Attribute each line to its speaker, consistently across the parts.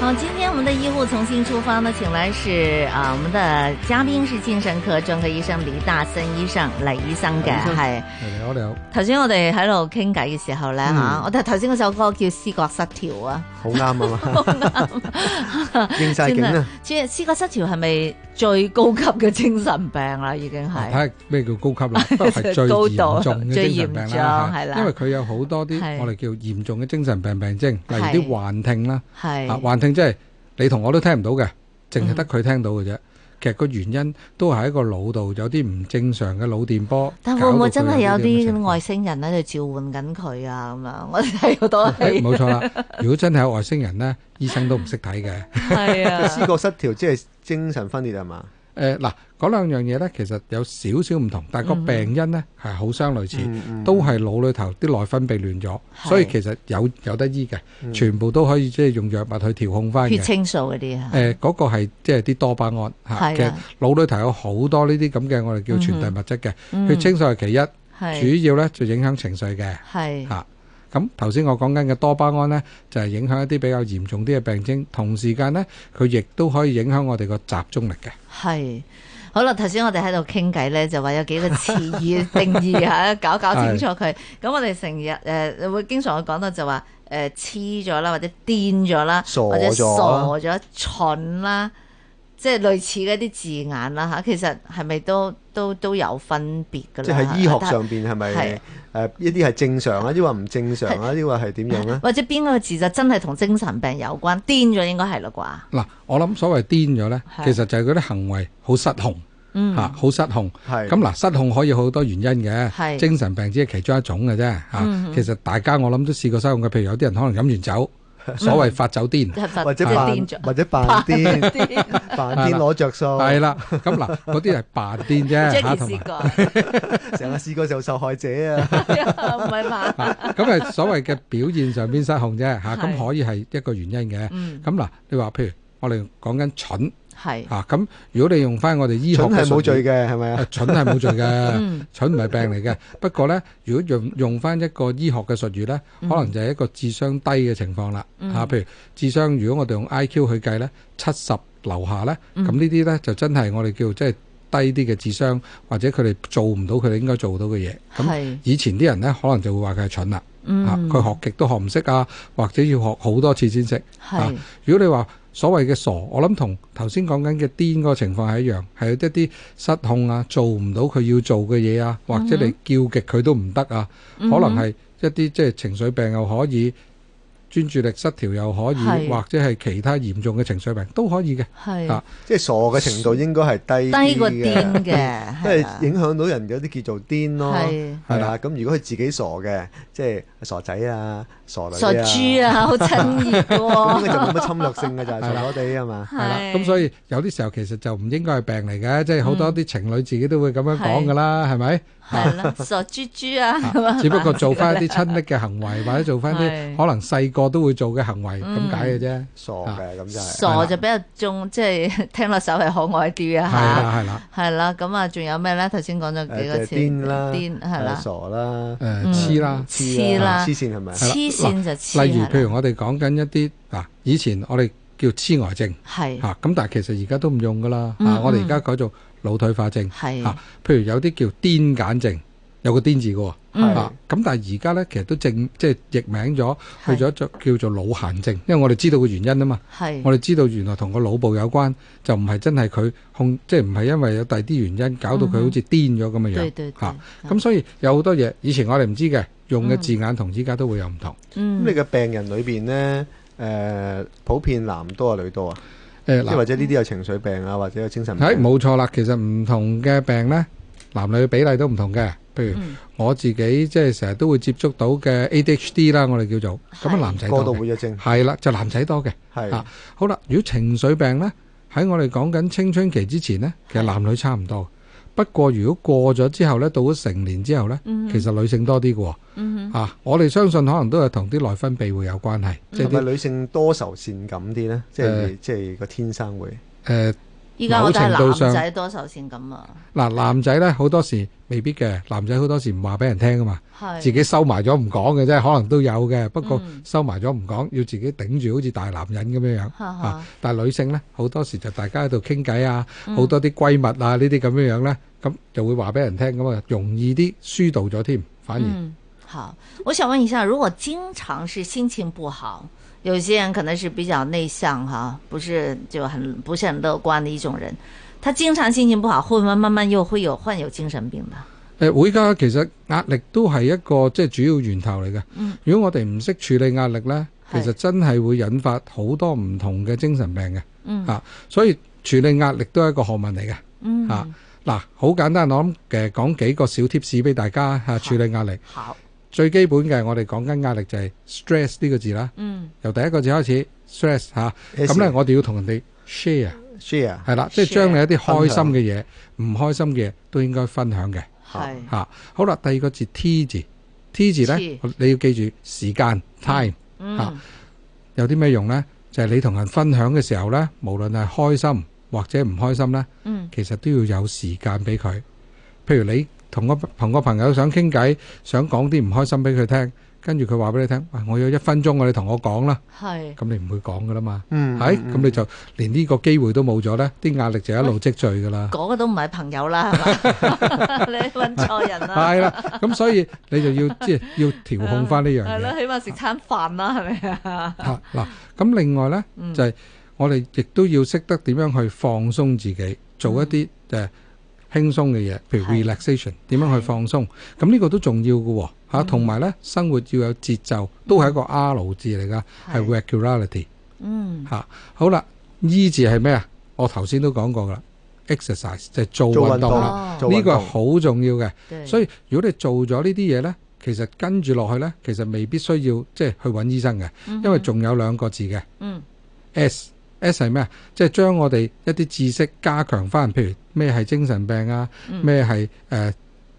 Speaker 1: 好，今天我们的医护重新出发呢，请来是啊、我们的嘉宾是精神科專科醫生李大森醫生，黎醫生嘅係。
Speaker 2: 哎你好，你好，
Speaker 1: 頭先我哋喺度傾偈嘅時候咧嚇、
Speaker 2: 嗯
Speaker 1: 我哋頭先嗰首歌叫《思覺失調》啊，
Speaker 2: 好啱啊嘛， 應晒景啊！
Speaker 1: 即係思覺失調係咪最高級嘅精神病啦？已經
Speaker 2: 啊睇
Speaker 1: 係
Speaker 2: 下咩叫高 級啦，不過係最
Speaker 1: 高度
Speaker 2: 嚴重嘅
Speaker 1: 最
Speaker 2: 精神
Speaker 1: 嚴
Speaker 2: 病
Speaker 1: 重
Speaker 2: 啦，
Speaker 1: 係
Speaker 2: 係
Speaker 1: 啦
Speaker 2: 因為佢有好多
Speaker 1: 係
Speaker 2: 啲我哋叫嚴重嘅精神病病徵，例如啲
Speaker 1: 係
Speaker 2: 幻聽啦，啊
Speaker 1: 係
Speaker 2: 幻聽即係你同我都聽唔到嘅，淨係得
Speaker 1: 嗯
Speaker 2: 佢聽到嘅啫。其實個原因都係喺個腦度有啲唔正常嘅腦電波。
Speaker 1: 但會唔會真係有啲
Speaker 2: 外？
Speaker 1: 外星人喺度召喚緊佢啊？咁樣我哋睇好多
Speaker 2: 誒
Speaker 1: 戲，
Speaker 2: 冇錯啦，如果真係有外星人咧，醫生都唔識睇嘅。
Speaker 1: 係啊，
Speaker 3: 思覺失調即係精神分裂係嘛？
Speaker 2: 誒嗱，嗰兩樣嘢咧，其實有少少唔同，但係個
Speaker 1: 嗯
Speaker 2: 病因咧係好相類似，
Speaker 3: 嗯
Speaker 2: 都係腦裏頭啲內分泌亂咗，
Speaker 1: 係
Speaker 2: 所以其實有有得醫嘅，全部都可以即係用藥物去調控翻
Speaker 1: 血
Speaker 2: 嘅。
Speaker 1: 清素嗰啲啊，
Speaker 2: 誒嗰個係即係啲多巴胺
Speaker 1: 係啊
Speaker 2: 嚇，其實腦裏頭有好多呢啲咁嘅我哋叫傳遞物質嘅，
Speaker 1: 嗯
Speaker 2: 血清素係其一，
Speaker 1: 係
Speaker 2: 主要啊咧就影響情緒嘅。
Speaker 1: 係
Speaker 2: 嚇。咁頭先我講緊嘅多巴胺呢，就係影響一啲比較嚴重啲嘅病徵，同時間呢，佢亦都可以影響我哋個集中力嘅。
Speaker 1: 係。好啦，頭先我哋喺度傾偈咧，就話有幾個詞語定義 嚇，搞搞清楚佢。咁我哋成日誒會經常會講到就話誒黐咗啦，或者癲咗啦，
Speaker 3: 傻咗
Speaker 1: 或者傻咗、蠢啦，即係類似嗰啲字眼啦嚇。其實係咪都都都有分別㗎啦？
Speaker 3: 即係醫學上邊係
Speaker 1: 係
Speaker 3: 咪誒一啲係正常啊，抑或唔正常啊，抑或係 點樣咧？
Speaker 1: 或者邊個字就真係同精神病有關？癲咗應該係啦啩？
Speaker 2: 嗱，我諗所謂癲咗呢，
Speaker 1: 係
Speaker 2: 其實就係嗰啲行為好失控
Speaker 1: 嗯，
Speaker 2: 嚇，好、失控。
Speaker 3: 係
Speaker 2: 咁嗱，失控可以好多原因
Speaker 1: 係
Speaker 2: 嘅，精神病只係其中一種嘅啫嚇。
Speaker 1: 嗯嗯
Speaker 2: 其實大家我諗都試過失控嘅，譬如有啲人可能飲 完酒，所謂發酒癲。
Speaker 1: 係發
Speaker 3: 或者
Speaker 1: 即係
Speaker 3: 扮
Speaker 1: 癲咗
Speaker 3: 或者 扮癲，扮癲攞着數，
Speaker 2: 係啦，咁嗱，嗰啲係扮 癲啫啊嚇，
Speaker 1: ，Jackie
Speaker 2: 同埋
Speaker 1: 試過，
Speaker 3: 成日試過就受害者啊！
Speaker 1: 唔係嘛？
Speaker 2: 嗱，咁係所謂嘅表現上邊失控啫嚇，咁
Speaker 1: 係
Speaker 2: 可以係一個原因嘅。
Speaker 1: 嗯，
Speaker 2: 咁嗱，你話譬如我哋講緊蠢
Speaker 1: 係。
Speaker 2: 啊，咁如果你用翻我哋 醫學
Speaker 3: 蠢
Speaker 2: 嘅
Speaker 3: 係冇
Speaker 2: 術
Speaker 3: 罪
Speaker 2: 語，
Speaker 3: 嘅 係咪啊？
Speaker 2: 誒蠢係冇罪
Speaker 1: 嗯
Speaker 2: 嘅，蠢唔係病嚟嘅。不過咧，如果用用翻一個醫學嘅術語咧，可能就係一個智商低嘅情況啦。
Speaker 1: 嗯
Speaker 2: 嚇，譬如智商，如果我哋用 I Q 去計咧，七十樓下咧，
Speaker 1: 嗯
Speaker 2: 咁呢啲咧就真係我哋叫即係低啲嘅智商，或者佢哋做唔到佢哋應該做到嘅嘢。咁
Speaker 1: 係，
Speaker 2: 以前啲人咧，可能就會話佢係蠢啦，嚇
Speaker 1: 嗯，
Speaker 2: 佢學極都學唔識啊，或者要學好多次先識。啊
Speaker 1: 係，
Speaker 2: 如果你話所謂嘅傻，我諗同頭先講緊嘅癲嗰個情況係一樣，係一啲失控啊，做唔到佢要做嘅嘢啊，或者你叫極佢都唔得啊，
Speaker 1: 嗯
Speaker 2: 可
Speaker 1: 哼
Speaker 2: 能係一啲即係情緒病又可以，專注力失調又可
Speaker 1: 係
Speaker 2: 以，或者係其他嚴重嘅情緒病都可以嘅。
Speaker 1: 係
Speaker 2: 啊
Speaker 3: 即係傻嘅程度應該係低啲
Speaker 1: 低過癲
Speaker 3: 嘅，
Speaker 1: 嘅，係
Speaker 3: 即
Speaker 1: 啊
Speaker 3: 係影響到人有啲叫做癲咯。
Speaker 1: 係
Speaker 3: 係啦，咁如果佢自己傻嘅，即係傻仔啊、傻女啊，
Speaker 1: 傻豬啊，好親熱嘅
Speaker 3: 咁佢
Speaker 1: 喎，
Speaker 3: 就冇乜侵略性嘅就係傻
Speaker 2: 係啦
Speaker 3: 傻地係 嘛？
Speaker 2: 係啦，
Speaker 1: 係
Speaker 2: 咁所以有啲時候其實就唔應該係病嚟嘅，即係好多啲情侶自己都會咁樣講㗎啦， 係咪？
Speaker 1: 係啦，傻豬豬啊，咁啊
Speaker 2: 啊只不過做翻一啲親昵嘅行為，或者做 翻
Speaker 1: 係
Speaker 2: 啲可能細個都會做嘅行為
Speaker 1: 嗯
Speaker 2: 咁解嘅啫。
Speaker 3: 傻嘅咁就係。
Speaker 1: 傻就比較中，即係聽落稍微可愛啲
Speaker 2: 係
Speaker 1: 啊
Speaker 2: 啦，係啦。
Speaker 1: 嚇，係啦，咁啊，仲有咩咧？頭先講咗幾個
Speaker 3: 誒
Speaker 1: 詞，
Speaker 3: 就係癲啦
Speaker 1: 癲係啦
Speaker 3: 誒，傻啦，
Speaker 2: 誒
Speaker 1: 嗯
Speaker 2: 呃黐啦，
Speaker 1: 黐啦
Speaker 3: 黐，線係咪啊？
Speaker 1: 黐線就嗯黐啦，
Speaker 2: 例如譬如我哋講緊一啲嗱，以前我哋叫痴呆症
Speaker 1: 係
Speaker 2: 嚇，咁但係其實而家都唔用噶啦
Speaker 1: 嗯
Speaker 2: 嚇，我哋
Speaker 1: 嗯
Speaker 2: 而家改做腦退化症
Speaker 1: 係
Speaker 2: 嚇，譬如有啲叫癲癇症，有個癲字嘅喎
Speaker 1: 嗯
Speaker 2: 嚇，咁但係而家咧其實都正即係譯名咗，去
Speaker 1: 係
Speaker 2: 咗做叫做腦癇症，因為我哋知道個原因啊嘛，
Speaker 1: 係
Speaker 2: 我哋知道原來同個腦部有關，就唔係真係佢控，即係唔係因為有第二啲原因搞到佢好似癲咗咁嘅
Speaker 1: 嗯對對
Speaker 2: 樣
Speaker 1: 對
Speaker 2: 嚇，咁所以有好多嘢以前我哋唔知嘅，用嘅字眼同依家都會有唔同。
Speaker 1: 嗯
Speaker 3: 咁你嘅病人裏邊咧，誒普遍男多啊女多啊？
Speaker 2: 誒
Speaker 3: 即
Speaker 2: 嗱
Speaker 3: 係。或者呢啲有情緒病啊，或者有精神病。
Speaker 2: 係冇錯啦，其實唔同嘅病呢，男女比例都唔同嘅。譬如
Speaker 1: 嗯
Speaker 2: 我自己即係成日都會接觸到嘅 ADHD 啦，我哋叫做咁啊，
Speaker 1: 係
Speaker 2: 男仔
Speaker 3: 過
Speaker 2: 多
Speaker 3: 度
Speaker 2: 嘅
Speaker 3: 活躍症
Speaker 2: 係啦，就男仔多嘅。
Speaker 3: 係
Speaker 2: 啊好啦，如果情緒病呢，係喺我哋講緊青春期之前呢，其實男女差唔多。不過如果過咗之後呢，到咗成年之後呢，
Speaker 1: 嗯哼
Speaker 2: 其實女性多啲嘅喎。
Speaker 1: 嗯
Speaker 2: 啊，我哋相信可能都係同啲內分泌會有關係，即係
Speaker 3: 係
Speaker 2: 啲
Speaker 3: 咪女性多愁善感啲呢？即
Speaker 2: 誒
Speaker 3: 係即係個天生會
Speaker 2: 誒
Speaker 1: 依家我都係
Speaker 2: 某程度上
Speaker 1: 男仔多愁善感啊，
Speaker 2: 嗱男仔呢，好多時未必嘅，男仔好多時唔話俾人聽噶嘛，
Speaker 1: 係
Speaker 2: 自己收埋咗唔講嘅啫，可能都有嘅，不過
Speaker 1: 嗯
Speaker 2: 收埋咗唔講，要自己頂住好似大男人咁樣樣。
Speaker 1: 哈哈
Speaker 2: 啊！但係女性呢，好多時就大家喺度傾偈啊，
Speaker 1: 嗯
Speaker 2: 好多啲閨蜜啊呢啲咁樣樣呢，咁就會話俾人聽咁啊，容易啲疏導咗添，反而
Speaker 1: 嗯，好，我想问一下，如果经常是心情不好，有些人可能是比较内向哈，不是就很不是很乐观的一种人，他经常心情不好，会不会慢慢又会有患有精神病的？
Speaker 2: 誒會㗎。其實壓力都係一個即係主要源頭嚟嘅。
Speaker 1: 嗯
Speaker 2: 如果我哋唔識處理壓力呢，其
Speaker 1: 係
Speaker 2: 實真係會引發好多唔同嘅精神病嘅。
Speaker 1: 嗯
Speaker 2: 啊所以處理壓力都係一個學問嚟嘅。
Speaker 1: 嗯，
Speaker 2: 啊嗱，好簡單，我諗誒講幾個小貼士俾大家嚇、處理壓力。
Speaker 1: 好，
Speaker 2: 最基本嘅，我哋講緊壓力就係 stress 呢個字啦。
Speaker 1: 嗯
Speaker 2: 由第一個字開始 stress 嚇、
Speaker 3: S
Speaker 2: 咁咧我哋要同人哋 share
Speaker 3: share
Speaker 2: 係啦，即係
Speaker 1: Share，
Speaker 2: 將你一啲開心嘅嘢、唔開心嘅嘢都應該分享嘅
Speaker 1: 系，
Speaker 2: 嚇、好啊啦，第二個字 T 字，T 字咧
Speaker 1: T
Speaker 2: 你要記住時間 time
Speaker 1: 嗯
Speaker 2: 啊有啲咩用呢？就係、你同人分享嘅時候呢，無論係開心或者唔開心呢，
Speaker 1: 嗯
Speaker 2: 其實都要有時間俾佢。譬如你同個同個朋友想傾偈，想講啲唔開心俾佢聽，跟住佢話俾你聽，喂，我有一分鐘啊，你同我講啦，
Speaker 1: 系，
Speaker 2: 咁你唔會講噶啦嘛。
Speaker 3: 嗯
Speaker 2: 係，
Speaker 3: 嗯
Speaker 2: 咁你就連呢個機會都冇咗呢，啲壓力就一路積聚㗎啦。
Speaker 1: 嗰個都唔係朋友啦，係 嘛？你揾錯人啦，
Speaker 2: 係啦，咁所以你就要即係要調控翻呢樣
Speaker 1: 係
Speaker 2: 嘢
Speaker 1: 咯，起碼食餐飯啦，係咪啊？
Speaker 2: 嚇嗱。咁另外呢，
Speaker 1: 嗯
Speaker 2: 就係我哋亦都要識得點樣去放鬆自己，做一啲誒輕鬆嘅嘢，譬如
Speaker 1: 係
Speaker 2: relaxation 點樣去放鬆。咁呢個都重要嘅喎嚇，同埋呢，生活要有節奏，都係一個 R 字嚟㗎，係 regularity
Speaker 1: 嗯
Speaker 2: 嚇。好啦，E 字係咩啊？我頭先都講過㗎啦，exercise 就係做
Speaker 3: 做
Speaker 2: 運
Speaker 3: 運
Speaker 2: 動
Speaker 3: 動
Speaker 2: 啦。
Speaker 1: 啦
Speaker 3: 啦，做
Speaker 2: 呢
Speaker 3: 運
Speaker 2: 個係
Speaker 3: 動
Speaker 2: 好重要嘅。
Speaker 1: 對
Speaker 2: 所以如果你做咗呢啲嘢呢，其實跟住落去呢，其實未必需要即係去揾醫生嘅，因為仲有兩個字嘅
Speaker 1: 嗯
Speaker 2: S。S 係咩啊？即係將我哋一啲知識加強翻，譬如咩係精神病啊，
Speaker 1: 嗯
Speaker 2: 咩係誒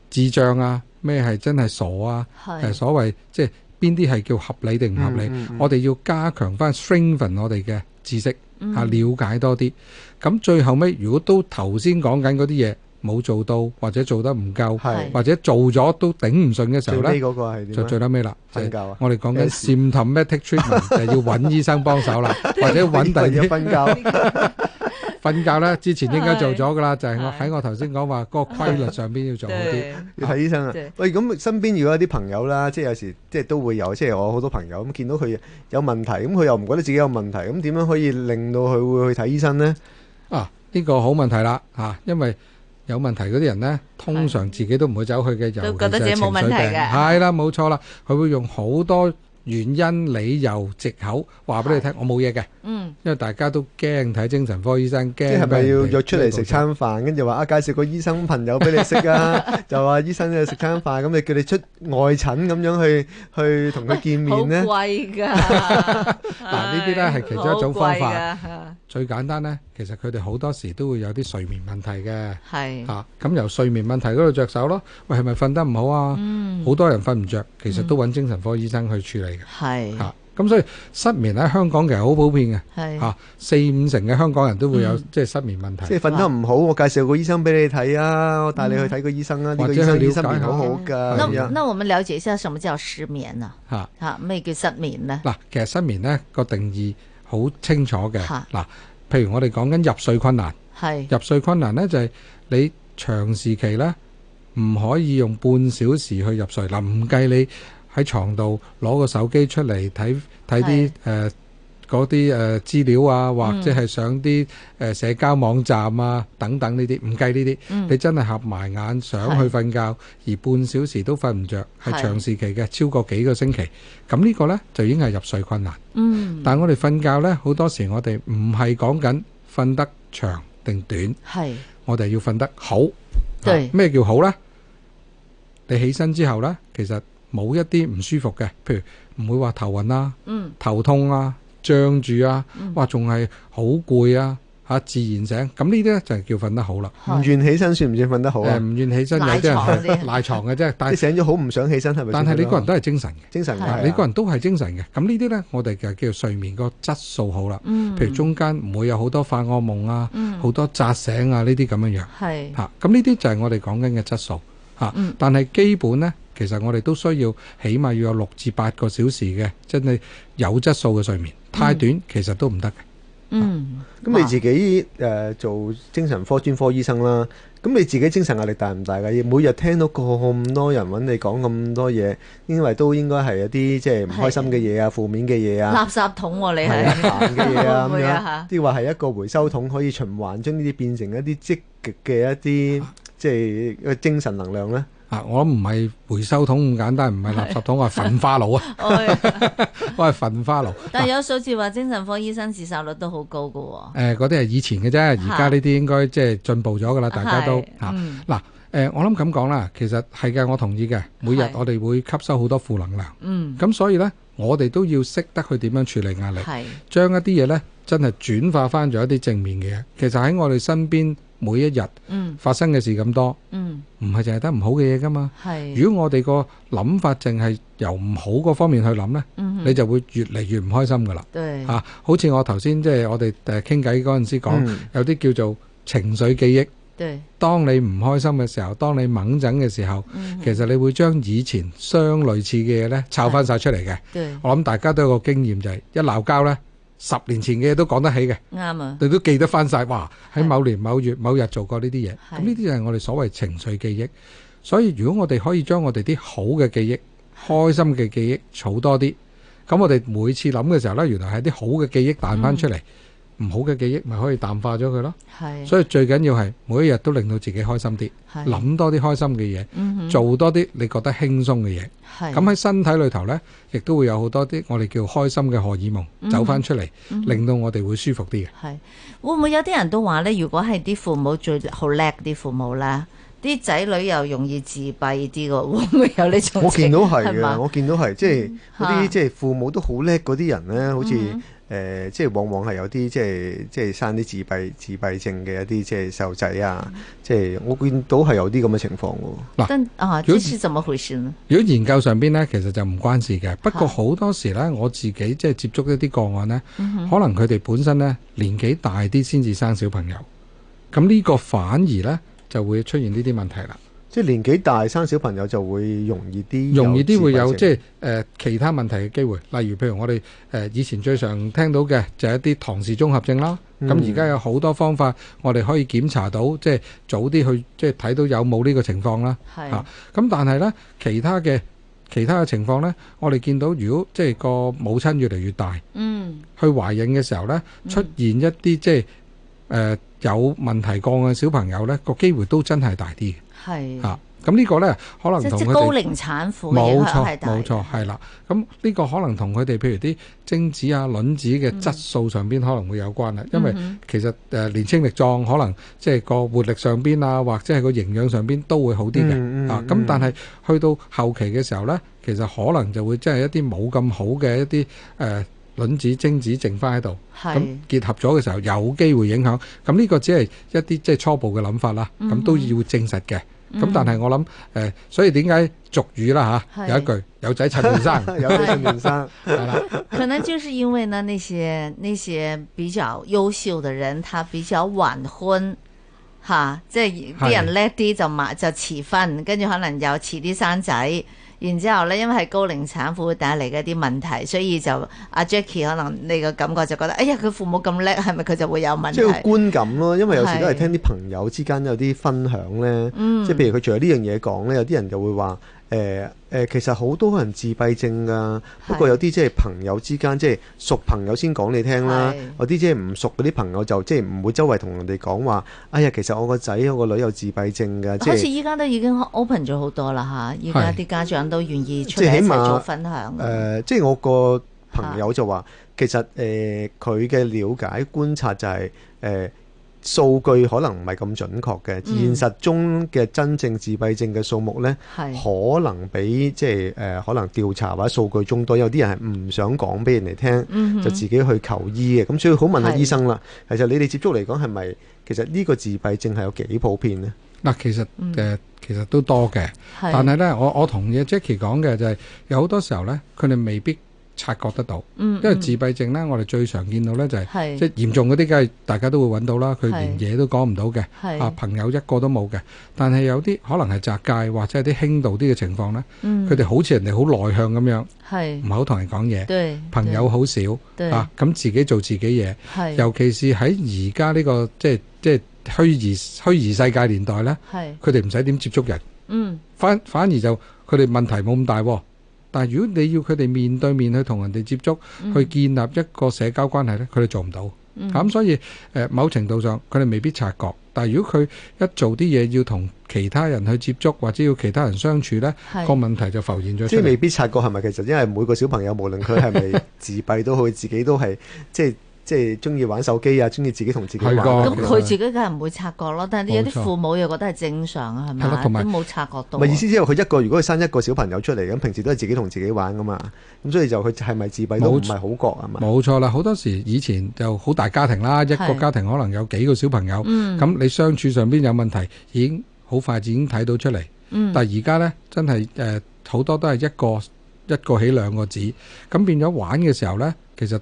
Speaker 2: 智障啊，咩係真係傻啊，誒、
Speaker 1: 係
Speaker 2: 所謂即係邊啲係叫合理定唔合理？
Speaker 3: 嗯嗯嗯
Speaker 2: 我哋要加強翻 strengthen 我哋嘅知識。
Speaker 1: 嗯
Speaker 2: 啊，了解多啲。咁最後尾，如果都頭先講緊嗰啲嘢冇做到，或者做得唔夠，
Speaker 3: 係
Speaker 2: 或者做咗都頂唔順嘅時
Speaker 3: 最
Speaker 2: 候
Speaker 3: 尾
Speaker 2: 呢，
Speaker 3: 嗰個係點
Speaker 2: 就
Speaker 3: 啊？
Speaker 2: 最撚尾啦。就
Speaker 3: 瞓覺
Speaker 2: 係
Speaker 3: 啊，
Speaker 2: 我哋講緊
Speaker 3: S
Speaker 2: symptomatic treatment，就係要揾醫生幫手啦，或者揾第
Speaker 3: 第
Speaker 2: 二
Speaker 3: 二
Speaker 2: 啲
Speaker 3: 瞓覺。啊
Speaker 2: 瞓覺呢，之前應該做咗噶啦，就係我
Speaker 1: 係
Speaker 2: 喺我頭先講話嗰個規律上邊要做好啲。
Speaker 1: 對
Speaker 3: 要睇醫生啊
Speaker 1: 對！
Speaker 3: 喂，咁身邊如果有啲朋友啦，即係有時即係都會有，即係我好多朋友咁見到佢有問題，咁佢又唔覺得自己有問題，咁點樣可以令到佢會去睇醫生呢？
Speaker 2: 啊，呢個好問題啦嚇，因為有問題嗰啲人呢，通常自己都唔會走去嘅，尤
Speaker 1: 都覺得
Speaker 2: 其
Speaker 1: 自己
Speaker 2: 是情
Speaker 1: 冇
Speaker 2: 緒
Speaker 1: 問題
Speaker 2: 病，
Speaker 1: 嘅
Speaker 2: 係啦，冇錯啦，佢會用好多原因、理由、藉口話俾你聽，我冇嘢嘅，
Speaker 1: 嗯
Speaker 2: 因為大家都驚睇精神科醫生，
Speaker 3: 即
Speaker 2: 驚
Speaker 3: 係咪
Speaker 2: 俾人
Speaker 3: 要
Speaker 2: 哋
Speaker 3: 約出嚟食
Speaker 2: 呢
Speaker 3: 餐飯，跟住話啊介紹個醫生朋友俾你識 啊？就話醫生咧食餐飯，咁你叫你出外診咁樣去去同佢見面呢？
Speaker 1: 好貴 㗎，嗱
Speaker 2: 呢啲呢係其中一種方法
Speaker 1: 法，
Speaker 2: 個最簡單呢，其實佢哋好多時都會有啲睡眠問題嘅
Speaker 1: 係，
Speaker 2: 嚇，咁由睡眠問題嗰度着手咯。喂，係咪瞓得唔好啊？
Speaker 1: 嗯，
Speaker 2: 好多人瞓唔着，其實都揾精神科醫生去處理嘅
Speaker 1: 係
Speaker 2: 嚇。咁所以失眠喺香港其實好普遍嘅。
Speaker 1: 係
Speaker 2: 嚇，四五成嘅香港人都會有
Speaker 1: 嗯
Speaker 2: 即係失眠問題
Speaker 3: 即，係瞓得唔好，我介紹個醫生俾你睇啊，我帶你去睇個醫生啊，呢
Speaker 2: 嗯或
Speaker 3: 個
Speaker 2: 者去
Speaker 3: 醫生
Speaker 2: 了
Speaker 3: 醫生
Speaker 2: 解
Speaker 3: 面
Speaker 2: 下
Speaker 3: 好好㗎
Speaker 1: 那
Speaker 3: 咁樣。
Speaker 1: 那我們了解一下什麼叫失眠啊？
Speaker 2: 嚇
Speaker 1: 嚇咩叫失眠呢？
Speaker 2: 嗱，其實失眠呢個定義好清楚嘅。
Speaker 1: 嚇
Speaker 2: 嗱，譬如我哋講緊入睡困難，
Speaker 1: 係
Speaker 2: 入睡困難呢就係你長時期呢唔可以用半小時去入睡。嗱，唔計你喺床度攞個手機出嚟睇睇啲誒嗰啲誒資料啊，或者係上啲誒社交網站啊等等呢啲，唔計呢啲。
Speaker 1: 嗯
Speaker 2: 你真係合埋眼想去瞓覺，而半小時都瞓唔着，係
Speaker 1: 係
Speaker 2: 長時期嘅，超過幾個星期。咁呢個呢，就已經係入睡困難。
Speaker 1: 嗯
Speaker 2: 但係我哋瞓覺呢，好多時我哋唔係講緊瞓得長定短，
Speaker 1: 係
Speaker 2: 我哋要瞓得好。
Speaker 1: 對
Speaker 2: 啊咩叫好呢？你起身之後呢，其實冇一啲唔舒服嘅，譬如唔會話頭暈啦、
Speaker 1: 嗯
Speaker 2: 頭痛啊、脹住啊，哇，仲係好攰啊，嚇自然醒。咁呢啲咧就係叫瞓得好啦。
Speaker 1: 嗯
Speaker 3: 唔願起身算唔算瞓得好
Speaker 2: 誒
Speaker 3: 啊？
Speaker 2: 唔願起身，有
Speaker 1: 賴
Speaker 2: 啲人
Speaker 1: 床嗰啲
Speaker 2: 係 賴床嘅啫，但
Speaker 3: 你醒咗好唔想起身係咪？
Speaker 2: 但係你個人都係精神嘅。
Speaker 3: 精神
Speaker 1: 係
Speaker 2: 啊
Speaker 3: 嘅，
Speaker 2: 你個人都係精神嘅，咁呢啲呢，我哋就叫睡眠個質素好啦。
Speaker 1: 嗯，
Speaker 2: 譬如中間唔會有好多發惡夢啊，
Speaker 1: 嗯
Speaker 2: 好多扎醒啊呢啲咁樣樣
Speaker 1: 係
Speaker 2: 嚇。咁呢啲就係我哋講緊嘅質素嚇
Speaker 1: 嗯。
Speaker 2: 但係基本呢，其實我哋都需要起碼要有六至八個小時嘅真係有質素嘅睡眠。太短其實都唔得嘅。
Speaker 1: 嗯，
Speaker 3: 咁你
Speaker 1: 哇
Speaker 3: 自己誒做精神科專科醫生啦，咁你自己精神壓力大唔大㗎？每日聽到咁多人揾你講咁多嘢，因為都應該係一啲即係唔開心嘅嘢啊、負面嘅嘢啊、
Speaker 1: 垃圾桶喎你
Speaker 3: 係啊
Speaker 1: 係
Speaker 3: 煩嘅 嘢啊
Speaker 1: 會唔會
Speaker 3: 咁
Speaker 1: 啊
Speaker 3: 樣，亦或係一個回收桶可以循環將呢啲變成一啲積極嘅一啲即係一個精神能量咧。
Speaker 2: 啊！我唔係回收桶咁簡 單，唔係垃圾桶，我係焚化爐啊！
Speaker 1: 哎
Speaker 2: 我係焚 化爐。
Speaker 1: 但係有數字話精神科醫生自殺率都好高㗎喎。
Speaker 2: 誒嗰啲係以前嘅啫，而家呢啲應該即係進步咗噶啊啦，大家都
Speaker 1: 係
Speaker 2: 嚇。
Speaker 1: 嗯
Speaker 2: 嗱，誒、我諗咁講啦，其實係嘅，我同意嘅。每日
Speaker 1: 係
Speaker 2: 我哋會吸收好多負能量，
Speaker 1: 嗯，
Speaker 2: 咁所以呢，我哋都要識得去點樣處理壓力，
Speaker 1: 係
Speaker 2: 將一啲嘢呢真係轉化翻咗一啲正面嘅嘢。其實喺我哋身邊每一日
Speaker 1: 嗯
Speaker 2: 發生嘅事咁多，
Speaker 1: 嗯
Speaker 2: 唔係淨係得唔好嘅嘢噶嘛。
Speaker 1: 係，
Speaker 2: 如果我哋個諗法淨係由唔好嗰方面去諗呢，
Speaker 1: 嗯
Speaker 2: 你就會越嚟越唔開心噶啦。
Speaker 1: 對
Speaker 2: 啊，好似我頭先即係我哋誒傾偈嗰陣時講，
Speaker 3: 嗯
Speaker 2: 有啲叫做情緒記憶。
Speaker 1: 對，
Speaker 2: 當你唔開心嘅時候，當你掹陣嘅時候，
Speaker 1: 嗯
Speaker 2: 其實你會將以前相類似嘅嘢呢抄翻晒出嚟嘅。
Speaker 1: 對
Speaker 2: 我諗大家都有個經驗就係、一鬧交呢，十年前嘅嘢都講得起嘅，
Speaker 1: 啱啊，
Speaker 2: 你都記得翻晒。哇！喺
Speaker 1: 係
Speaker 2: 某年某月某日做過呢啲嘢，
Speaker 1: 係
Speaker 2: 咁呢啲就係我哋所謂情緒記憶。所以如果我哋可以將我哋啲好嘅記憶、開心嘅記憶儲多啲，咁我哋每次諗嘅時候呢，原來係啲好嘅記憶彈翻出嚟，唔、好嘅記憶咪可以淡化咗佢咯。
Speaker 1: 係
Speaker 2: 所以最緊要係每一日都令到自己開心啲，
Speaker 1: 係
Speaker 2: 諗多啲開心嘅
Speaker 1: 嗯
Speaker 2: 嘢，
Speaker 1: 哼
Speaker 2: 做多啲你覺得輕鬆嘅嘢。
Speaker 1: 係
Speaker 2: 咁喺身體裏頭呢，亦都會有好多啲我哋叫開心嘅荷爾蒙走翻出嚟，令到我哋會舒服啲嘅。
Speaker 1: 係會唔會有啲人都話咧？如果係啲父母最好叻啲父母啦，啲仔女又容易自閉啲嘅， 會唔會有呢種情？
Speaker 3: 我見到係
Speaker 1: 係嘛嗯
Speaker 3: 嘅，我見到係即係嗰
Speaker 1: 嚇
Speaker 3: 啲即係父母都好叻嗰啲人咧，好似
Speaker 1: 嗯
Speaker 3: 誒即係往往係有啲即係即係生啲自閉自閉症嘅一啲即係細路仔啊，
Speaker 1: 嗯
Speaker 3: 即係我見到係有啲咁嘅情況喎。
Speaker 1: 但啊，
Speaker 2: 如果
Speaker 1: 這是怎麼回事呢？
Speaker 2: 如果研究上邊呢，其實就唔關事嘅。不過
Speaker 1: 嚇
Speaker 2: 好多時呢，我自己即係接觸一啲個案呢，可能佢哋本身呢年紀大啲先至生小朋友，咁呢個反而呢就會出現呢啲問題啦。
Speaker 3: 即係年紀大生小朋友就會容易啲，
Speaker 2: 容易啲會有即
Speaker 3: 係
Speaker 2: 係誒、呃其他問題嘅機會，例如譬如我哋誒、呃以前最常聽到嘅就係一啲唐氏綜合症啦。咁
Speaker 3: 嗯
Speaker 2: 而家有好多方法，我哋可以檢查到，即係早啲去即係睇到有冇呢個情況啦。
Speaker 1: 係、
Speaker 2: 嚇咁但係呢，其他嘅其他嘅情況呢，我哋見到如果即係個母親越嚟越大，
Speaker 1: 嗯
Speaker 2: 去懷孕嘅時候呢，出現一啲即係誒、呃有問題個案嘅小朋友呢，個機會都真係大啲嘅
Speaker 1: 係，
Speaker 2: 嚇。咁呢個呢，可能
Speaker 1: 即
Speaker 2: 同
Speaker 1: 即
Speaker 2: 佢
Speaker 1: 高
Speaker 2: 哋。
Speaker 1: 齡產婦嘅影
Speaker 2: 冇
Speaker 1: 響
Speaker 2: 錯
Speaker 1: 係，大
Speaker 2: 冇錯，係啦。咁呢個可能同佢哋譬如啲精子啊、卵子嘅
Speaker 1: 嗯
Speaker 2: 質素上邊可能會有關啦，因為其實誒、呃年青力壯，可能即係個活力上邊啊，或者係個營養上邊都會好啲嘅、
Speaker 3: 嗯嗯
Speaker 2: 啊。咁
Speaker 3: 嗯
Speaker 2: 但係去到後期嘅時候呢，其實可能就會即係一啲冇咁好嘅一啲誒、呃卵子、精子剩翻喺度，咁
Speaker 1: 係
Speaker 2: 結合咗嘅時候有機會影響。咁呢個只係一啲即係初步嘅諗法啦，
Speaker 1: 嗯
Speaker 2: 咁都要證實嘅。咁但係我諗誒、呃所以點解俗語啦嚇、
Speaker 1: 係
Speaker 2: 有一句有仔趁 嫩生
Speaker 3: 有啲訓練生
Speaker 2: 係啦，
Speaker 1: 可能就是因為呢，那些那些比較優秀的人，他比較晚婚，吓，即係啲人叻啲就買就遲婚，跟住可能又遲啲生仔，然之後咧，因為係高齡產婦會帶嚟嘅一啲問題，所以就阿 Jackie 可能你個感覺就覺得，哎呀，佢父母咁叻，係咪佢就會有問
Speaker 3: 即係個
Speaker 1: 題？
Speaker 3: 觀感咯，因為有時都係
Speaker 1: 係
Speaker 3: 聽啲朋友之間有啲分享咧，
Speaker 1: 嗯
Speaker 3: 即係譬如佢除咗呢樣嘢講咧，有啲人就會話誒誒，其實好多人自閉症㗎，不過有啲即係朋友之間，即係熟朋友先講你聽啦
Speaker 1: 係，
Speaker 3: 有啲即係唔熟嗰啲朋友就即係唔會周圍同人哋講話，哎呀，其實我個仔我個女有自閉症㗎，即
Speaker 1: 好似
Speaker 3: 係。
Speaker 1: 依家都已經 open 咗好多啦吓，依家
Speaker 2: 係
Speaker 1: 啲家長都願意出
Speaker 3: 即
Speaker 1: 嚟
Speaker 3: 係
Speaker 1: 一齊
Speaker 3: 起呃碼
Speaker 1: 做分享。
Speaker 3: 誒、即係我個呃朋友就話，其實誒佢嘅了解觀察就係、誒、呃數據可能唔係咁準確嘅，
Speaker 1: 嗯
Speaker 3: 現實中嘅真正自閉症嘅數目呢，
Speaker 1: 係
Speaker 3: 可能比即係誒、呃可能調查或者數據中多，有啲人係唔想講俾人哋聽，
Speaker 1: 嗯哼
Speaker 3: 就自己去求醫嘅。咁所以好問下
Speaker 1: 係
Speaker 3: 醫生啦。其實你哋接觸嚟講係咪其實呢個自閉症係有幾普遍呢？
Speaker 2: 嗱，其實誒、
Speaker 1: 嗯
Speaker 2: 其實都多嘅，
Speaker 1: 係
Speaker 2: 但係咧，我我同嘅 Jackie 講嘅就係、有好多時候咧，佢哋未必察覺得到，
Speaker 1: 嗯
Speaker 2: 因為
Speaker 1: 嗯
Speaker 2: 自閉症咧，我哋最常見到咧就係、
Speaker 1: 係
Speaker 2: 即係嚴重嗰啲，梗係大家都會揾到啦，佢
Speaker 1: 係
Speaker 2: 連嘢都講唔到嘅。
Speaker 1: 係
Speaker 2: 啊，朋友一個都冇嘅，但係有啲可能係窄界或者係啲輕度啲嘅情況呢，
Speaker 1: 嗯
Speaker 2: 佢哋好似人哋好內向咁樣，唔
Speaker 1: 係
Speaker 2: 係好同人講嘢，
Speaker 1: 對
Speaker 2: 嗯朋友好少
Speaker 1: 對
Speaker 2: 啊，咁自己做自己嘢，
Speaker 1: 係
Speaker 2: 尤其是喺而家呢個即係即係虛擬虛擬世界年代呢，
Speaker 1: 係
Speaker 2: 佢哋唔使點接觸人，
Speaker 1: 嗯
Speaker 2: 反反而就佢哋問題冇咁大喎。但係如果你要佢哋面對面去同人哋接觸，
Speaker 1: 嗯
Speaker 2: 去建立一個社交關係呢，佢哋做唔到。
Speaker 1: 嗯
Speaker 2: 咁所以誒、呃某程度上佢哋未必察覺，但係如果佢一做啲嘢要同其他人去接觸，或者要其他人相處呢
Speaker 1: 係
Speaker 2: 個問題就浮現咗
Speaker 3: 即
Speaker 2: 出嚟
Speaker 3: 係未。必察覺係咪其實因為每個小朋友無論佢 係咪自閉都好，自己都係即係即係中意玩手機啊，中意自己同自己玩
Speaker 2: 係㗎
Speaker 3: 啊。
Speaker 1: 咁
Speaker 2: 其實
Speaker 1: 佢自己梗係唔會察覺咯，但係有
Speaker 2: 冇
Speaker 1: 啲
Speaker 2: 錯
Speaker 1: 父母又覺得係正常啊，係
Speaker 2: 係
Speaker 1: 咪
Speaker 2: 咯同埋
Speaker 1: 都冇察覺到啊
Speaker 3: 唔係
Speaker 1: 喎。
Speaker 3: 意思，因為佢一個如果佢生一個小朋友出嚟，咁平時都係自己同自己玩噶嘛，咁所以就佢係咪自閉都唔係好覺啊嘛。
Speaker 2: 冇錯啦，好多時以前就好大家庭啦，一個
Speaker 1: 係
Speaker 2: 家庭可能有幾個小朋友，
Speaker 1: 嗯
Speaker 2: 咁你相處上邊有問題，已經好快就已經睇到出嚟。
Speaker 1: 嗯
Speaker 2: 但係而家呢，真係誒好多都係一個一個起兩個止，咁變咗玩嘅時候呢，其實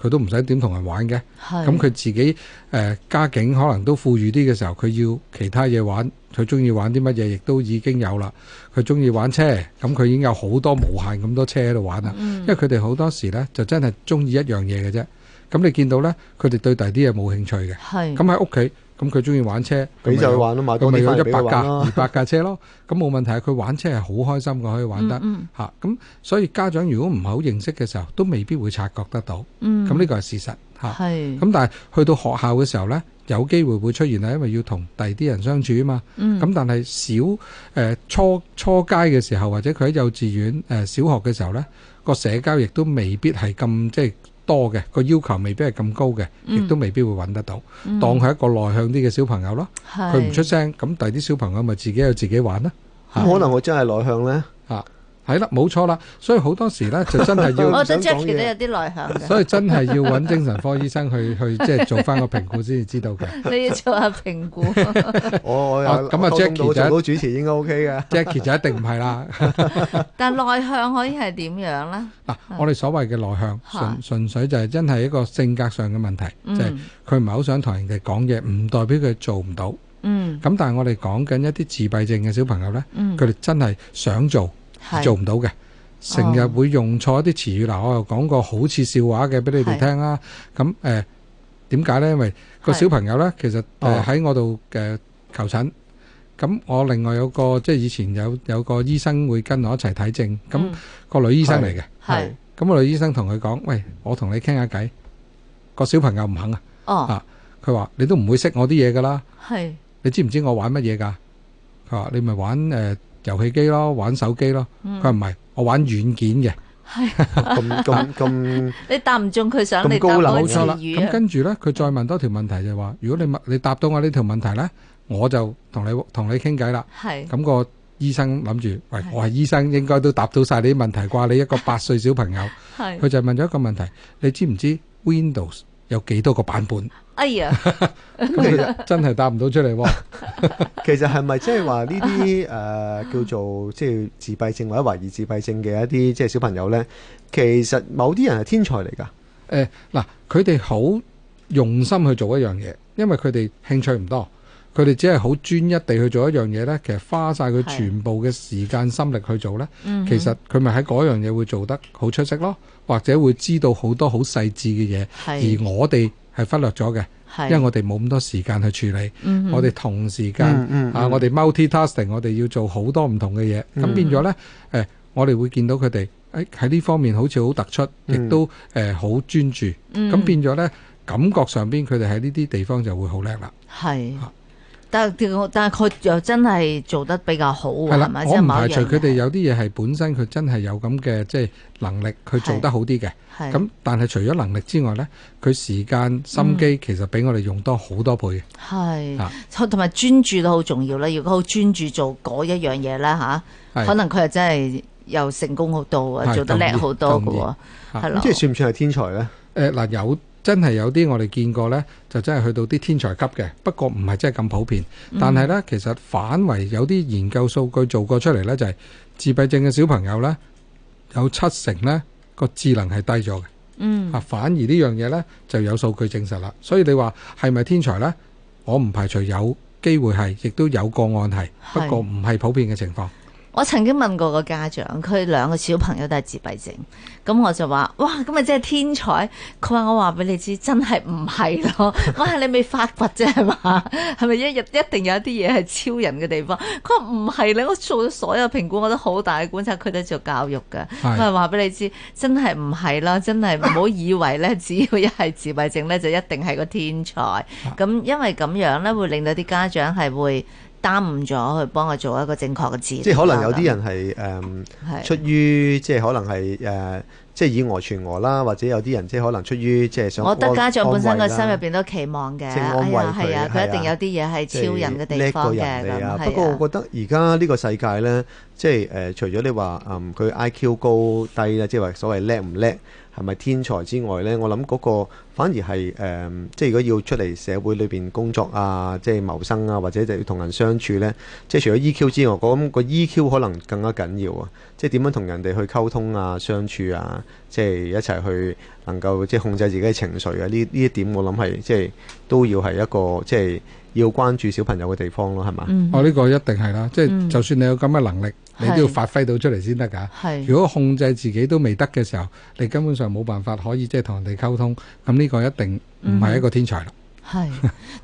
Speaker 2: 佢都唔使點同人玩嘅。
Speaker 1: 係
Speaker 2: 咁佢自己誒、呃家境可能都富裕啲嘅時候，佢要其他嘢玩，佢中意玩啲乜嘢，亦都已經有啦。佢中意玩車，咁佢已經有好多無限咁多車喺度玩啊啦。
Speaker 1: 嗯
Speaker 3: 嗯
Speaker 2: 因為佢哋好多時呢，就真係中意一樣嘢嘅啫。咁你見到呢，佢哋對第二啲嘢冇興趣嘅。
Speaker 1: 係
Speaker 2: 咁喺屋企，咁佢中意玩車，
Speaker 3: 俾
Speaker 2: 咁咪
Speaker 3: 就去
Speaker 2: 有
Speaker 3: 玩咯，買
Speaker 2: 咁
Speaker 3: 多
Speaker 2: 咪
Speaker 3: 啲
Speaker 2: 有
Speaker 3: 翻
Speaker 2: 一
Speaker 3: 嚟俾
Speaker 2: 百
Speaker 3: 嗯佢
Speaker 2: 架、
Speaker 3: 玩
Speaker 2: 二
Speaker 3: 咯。
Speaker 2: 百架車咯。咁冇問題，佢玩車係好開心嘅，可以玩得嚇。咁、
Speaker 1: 嗯
Speaker 2: 所以家長如果唔係好認識嘅時候，都未必會察覺得到。
Speaker 1: 嗯
Speaker 2: 咁呢個係事實嚇。
Speaker 1: 係
Speaker 2: 咁但係去到學校嘅時候呢，有機會會出現係因為要同第二啲人相處啊嘛。
Speaker 1: 嗯
Speaker 2: 咁、但係小誒、呃初初階嘅時候，或者佢喺幼稚園誒、呃小學嘅時候呢，個社交亦都未必係咁即係多嘅，個要求未必係咁高嘅，亦都未必會揾得到。當佢一個內向啲嘅小朋友咯，佢唔出聲，咁第二啲小朋友咪自己有自己玩啦。
Speaker 3: 咁可能我真係內向咧，
Speaker 2: 係啦，冇錯啦，所以好多時呢，就真係要。
Speaker 1: 我對
Speaker 3: 唔想講
Speaker 1: Jackie
Speaker 3: 嘢
Speaker 1: 都有啲內向嘅，
Speaker 2: 所以真係要揾精神科醫生去去即係做翻個評估先至知道嘅。
Speaker 1: 你要做下評 估。
Speaker 3: 我我又
Speaker 2: 啊咁啊
Speaker 3: 我溝通
Speaker 2: Jackie
Speaker 3: 到
Speaker 2: 就
Speaker 3: 做到主持應該 OK 噶。
Speaker 2: Jackie 就一定唔係啦。
Speaker 1: 但內向可以係點樣咧？
Speaker 2: 嗱，我哋所謂嘅內向，
Speaker 1: 嚇
Speaker 2: 純純粹就係真係一個性格上嘅問題，
Speaker 1: 嗯
Speaker 2: 就係佢唔係好想同人哋講嘢，唔代表佢做唔到。
Speaker 1: 嗯
Speaker 2: 咁但係我哋講緊一啲自閉症嘅小朋友呢，
Speaker 1: 嗯，
Speaker 2: 佢哋真係想做而
Speaker 1: 係
Speaker 2: 做唔到嘅，成日會用錯一啲詞語。嗱，我又講過好似笑話嘅俾你哋聽啦。咁誒點解呢？因為個
Speaker 1: 係
Speaker 2: 小朋友呢，其實誒
Speaker 3: 哦
Speaker 2: 喺我度嘅求診。咁我另外有個即係以前有有個醫生會跟我一齊睇症，咁
Speaker 1: 嗯
Speaker 2: 個女醫生嚟嘅。
Speaker 1: 係
Speaker 2: 咁我哋醫生同佢講：，喂，我同你傾下偈。個小朋友唔肯啊，
Speaker 1: 哦
Speaker 2: 佢話：你都唔會識我啲嘢噶啦，
Speaker 1: 係
Speaker 2: 你知唔知我玩乜嘢㗎？佢話：你咪玩誒、呃、遊戲機咯，玩手機咯。
Speaker 1: 嗯
Speaker 2: 佢話唔係，我玩軟件嘅。
Speaker 1: 係，
Speaker 3: 咁咁咁
Speaker 1: 你答唔中佢想你
Speaker 3: 咁
Speaker 1: 答
Speaker 3: 高
Speaker 1: 嗰
Speaker 3: 冷
Speaker 1: 個
Speaker 2: 冇
Speaker 1: 詞
Speaker 2: 錯啦。
Speaker 1: 語
Speaker 2: 咁
Speaker 1: 啊。
Speaker 2: 跟住呢，佢再問多條問題就係話：，如果你問你答到我呢條問題呢，我就同你同你傾偈啦。
Speaker 1: 係
Speaker 2: 咁、個醫生諗住：，喂，我係醫生，應該都答到晒你啲問題啩？你一個八歲小朋友，佢
Speaker 1: 係，
Speaker 2: 就問咗一個問題：，你知唔知 Windows 有幾多個版本？
Speaker 1: 哎 呀，
Speaker 2: 咁其實真係答唔到出嚟 喎。
Speaker 3: 其實係咪即係話呢啲誒叫做即係自閉症或者懷疑自閉症嘅一啲即係小朋友咧？其實某啲人係天才嚟㗎，
Speaker 2: 誒嗱，佢哋好用心去做一樣嘢，因為佢哋興趣唔多，佢哋只係好專一地去做一樣嘢呢。其實花晒佢
Speaker 1: 係
Speaker 2: 全部嘅時間心力去做呢，
Speaker 1: 嗯
Speaker 2: 其實佢咪喺嗰樣嘢會做得好出色咯，或者會知道好多好細緻嘅嘢，
Speaker 1: 係
Speaker 2: 而我哋係忽略咗嘅，
Speaker 1: 係，
Speaker 2: 因為我哋冇咁多時間去處理，
Speaker 1: 嗯
Speaker 2: 我哋同時間。
Speaker 3: 嗯嗯
Speaker 2: 啊，我哋 multitasking，我哋要做好多唔同嘅嘢，咁
Speaker 3: 嗯
Speaker 2: 變咗呢，誒，我哋會見到佢哋誒喺呢方面好似好突出，亦
Speaker 3: 嗯
Speaker 2: 都誒好專注，咁
Speaker 1: 嗯
Speaker 2: 變咗呢，感覺上邊佢哋喺呢啲地方就會好叻啦。
Speaker 1: 係
Speaker 2: 啊。
Speaker 1: 但係但係佢又真係做得比較好喎，
Speaker 2: 係
Speaker 1: 係
Speaker 2: 啦
Speaker 1: 咪？，即
Speaker 2: 我
Speaker 1: 係
Speaker 2: 唔
Speaker 1: 某
Speaker 2: 排
Speaker 1: 一
Speaker 2: 除
Speaker 1: 樣
Speaker 2: 佢哋
Speaker 1: 嘢
Speaker 2: 有啲嘢係本身佢真係有咁嘅即係能力，佢做
Speaker 1: 係
Speaker 2: 得好啲嘅。
Speaker 1: 係
Speaker 2: 咁但係除咗能力之外呢，佢時間心機其實比我哋用多好多倍嘅。啊
Speaker 1: 係，同埋專注都好重要啦。如果好專注做嗰一樣嘢啦吓，
Speaker 2: 係
Speaker 1: 可能佢又真係又成功好多啊，
Speaker 2: 係
Speaker 1: 做得叻好多嘅
Speaker 2: 同意啊
Speaker 1: 喎，
Speaker 2: 意
Speaker 1: 係
Speaker 3: 咁
Speaker 1: 咯
Speaker 3: 即。係算唔算係天才呢？
Speaker 2: 誒呃嗱、有真係有啲我哋見過呢，就真係去到啲天才級嘅，不過唔係真係咁普遍。
Speaker 1: 嗯
Speaker 2: 但係呢，其實反為有啲研究數據做過出嚟呢，就係、自閉症嘅小朋友呢，有七成呢個智能係低咗嘅。
Speaker 1: 嗯，
Speaker 2: 啊，反而呢樣嘢呢，就有數據證實啦。所以你話係咪天才呢？我唔排除有機會係，亦都有個案係，不
Speaker 1: 係嗯
Speaker 2: 過唔係普遍嘅情況。
Speaker 1: 我曾經問過個家長，佢兩個小朋友都係自閉症，咁我就話：哇，咁咪即係天才？佢話：我話俾你知，真係唔係咯。我話你未發掘啫，係嘛？係咪一日一定有一啲嘢係超人嘅地方？佢話唔係你，我做咗所有評估，我都好大嘅觀察，佢都係做教育嘅。
Speaker 2: 係
Speaker 1: 佢係話俾你知，真係唔係啦，真係唔好以為咧， 只要一係自閉症咧，就一定係個天才。咁因為咁樣咧，會令到啲家長係會耽誤咗去幫我做一個正確嘅治療啦。
Speaker 3: 即係可能有啲人係誒、
Speaker 1: 啊係
Speaker 3: 出於即係可能係誒、即係以訛傳訛啦，或者有啲人即係可能出於即係想
Speaker 1: 我覺得
Speaker 3: 安
Speaker 1: 家長本身個心入
Speaker 3: 安
Speaker 1: 邊
Speaker 3: 慰啦
Speaker 1: 都期望嘅，
Speaker 3: 即係安
Speaker 1: 哎
Speaker 3: 慰
Speaker 1: 呀，
Speaker 3: 佢
Speaker 1: 係啊，
Speaker 3: 係啊
Speaker 1: 佢一定有啲嘢係超人嘅地方
Speaker 3: 即
Speaker 1: 嘅
Speaker 3: 係叻過人哋
Speaker 1: 咁，
Speaker 3: 啊！
Speaker 1: 係
Speaker 3: 不過
Speaker 1: 啊，
Speaker 3: 我覺得而家呢個世界呢，即係誒、除咗你話嗯佢 IQ 高低啦，即係話所謂叻唔叻，係咪天才之外呢，我諗嗰、個反而係誒、呃即係如果要出嚟社會裏邊工作啊，即係謀生啊，或者就要同人相處呢，即係除咗 EQ 之外，我諗個 EQ 可能更加緊要啊！即係點樣同人哋去溝通啊、相處啊，即係一齊去能夠即係控制自己嘅情緒啊！呢呢一點我諗係即係都要係一個即係要關注小朋友嘅地方咯，係嘛？
Speaker 1: 嗯，
Speaker 2: 哦我呢、個一定係啦，即
Speaker 1: 嗯
Speaker 2: 係就算你有咁嘅能力，你都要
Speaker 1: 係
Speaker 2: 發揮到出嚟先得㗎。
Speaker 1: 係
Speaker 2: 如果控制自己都未得嘅時候，你根本上冇辦法可以即係同人哋溝通，咁呢個一定唔
Speaker 1: 嗯
Speaker 2: 係一個天才啦。
Speaker 1: 係。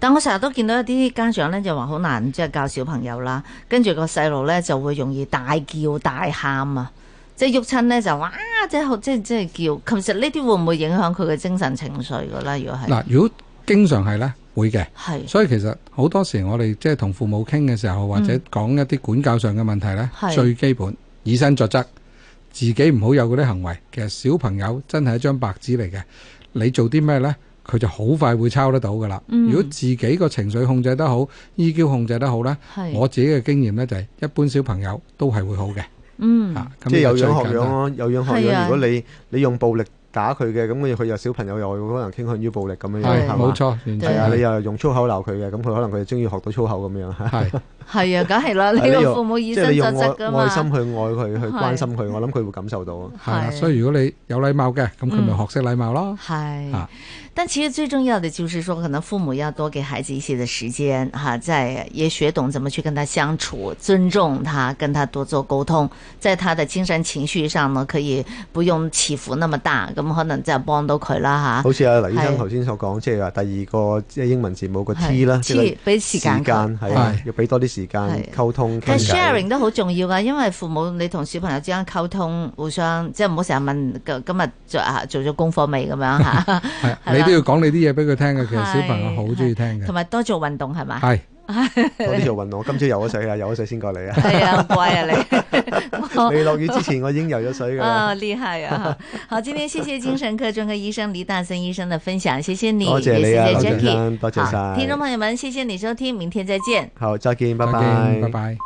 Speaker 1: 但我成日都見到一啲家長咧就話好難即係教小朋友啦，跟住個細路咧就會容易大叫大喊啊，即係喐親咧就哇，啊即係好即係即係叫。其實呢啲會唔會影響佢嘅精神情緒㗎啦？如果係
Speaker 2: 嗱、如果經常係呢，會嘅。
Speaker 1: 係
Speaker 2: 所以其實好多時我哋即係同父母傾嘅時候，或者講一啲管教上嘅問題呢，
Speaker 1: 嗯係
Speaker 2: 最基本以身作則，自己唔好有嗰啲行為。其實小朋友真係一張白紙嚟嘅，你做啲咩呢？佢就好快會抄得到噶啦。
Speaker 1: 嗯
Speaker 2: 如果自己個情緒控制得好，EQ 控制得好呢，
Speaker 1: 係
Speaker 2: 我自己嘅經驗呢，就係、一般小朋友都係會好嘅。
Speaker 1: 嗯
Speaker 2: 啊，咁
Speaker 3: 即係
Speaker 2: 呢個
Speaker 3: 有
Speaker 2: 最
Speaker 3: 樣
Speaker 2: 簡
Speaker 3: 學
Speaker 2: 單
Speaker 3: 樣咯，有樣學
Speaker 1: 係啊
Speaker 3: 樣。如果你你用暴力打佢嘅，咁佢又小朋友又可能傾向於暴力咁樣樣，
Speaker 2: 係
Speaker 3: 係
Speaker 2: 冇
Speaker 3: 嘛？
Speaker 2: 錯，完全
Speaker 1: 對
Speaker 3: 係啊，
Speaker 2: 係
Speaker 3: 你又用粗口鬧佢嘅，咁佢可能佢就中意學到粗口咁樣。
Speaker 2: 係
Speaker 1: 係啊，梗係啦，呢
Speaker 3: 係你
Speaker 1: 個
Speaker 3: 用
Speaker 1: 父母以
Speaker 3: 即係
Speaker 1: 身
Speaker 3: 你用
Speaker 1: 作則
Speaker 3: 愛
Speaker 1: 㗎
Speaker 3: 愛
Speaker 1: 嘛，
Speaker 3: 心去愛佢，去
Speaker 1: 係
Speaker 3: 關心佢，我諗佢會感受到。啊
Speaker 2: 係啦。所以如果你有禮貌嘅，咁佢咪
Speaker 1: 嗯
Speaker 2: 學識禮貌咯。
Speaker 1: 嗨
Speaker 2: 啊，
Speaker 1: 但其实最重要的就是说，可能父母要多给孩子一些的时间哈，在也学懂怎么去跟他相处，尊重他，跟他多做沟通，在他的精神情绪上呢，可以不用起伏那么大，咁可能真系幫到佢啦吓。
Speaker 3: 好似阿黎醫
Speaker 1: 啊係
Speaker 3: 生頭先所講，即係話第二個即係英文字母個
Speaker 1: 係
Speaker 3: T 啦，即
Speaker 1: T，
Speaker 3: 係
Speaker 1: 俾時間佢
Speaker 3: 係啊
Speaker 2: 係
Speaker 3: 要俾多啲時間
Speaker 1: 係
Speaker 3: 溝通傾
Speaker 1: 但
Speaker 3: 偈
Speaker 1: sharing 都好重要啊噶，因為父母你同小朋友之間溝通，互相即係唔好成日問今日做啊做咗功課未咁樣 吓，
Speaker 2: 係，
Speaker 1: 係
Speaker 2: 你
Speaker 1: 啦
Speaker 2: 都要講你啲嘢俾佢聽嘅。其實小朋友好中意聽
Speaker 1: 同
Speaker 2: 嘅，
Speaker 1: 埋多做運動係嘛。
Speaker 2: 係。
Speaker 3: 多啲做運動。我今朝游咗 水啊，游咗水先過嚟啊！
Speaker 1: 係啊，乖啊你。 我
Speaker 3: 未落雨之前我已經游咗水㗎啦。
Speaker 1: 啊，厉害啊！ 好，今天谢谢精神科专科医生黎大森医生的分享，谢谢你，
Speaker 3: 多謝
Speaker 1: 也
Speaker 3: 你啊，
Speaker 1: 谢
Speaker 3: 劉
Speaker 1: 谢
Speaker 3: 先
Speaker 1: Jackie，
Speaker 3: 生，多謝
Speaker 1: 好，
Speaker 3: 晒。
Speaker 1: 听众朋友们，谢谢你收听，明天再见。
Speaker 3: 好，再見，拜
Speaker 2: 再見拜。
Speaker 3: 拜
Speaker 2: 拜。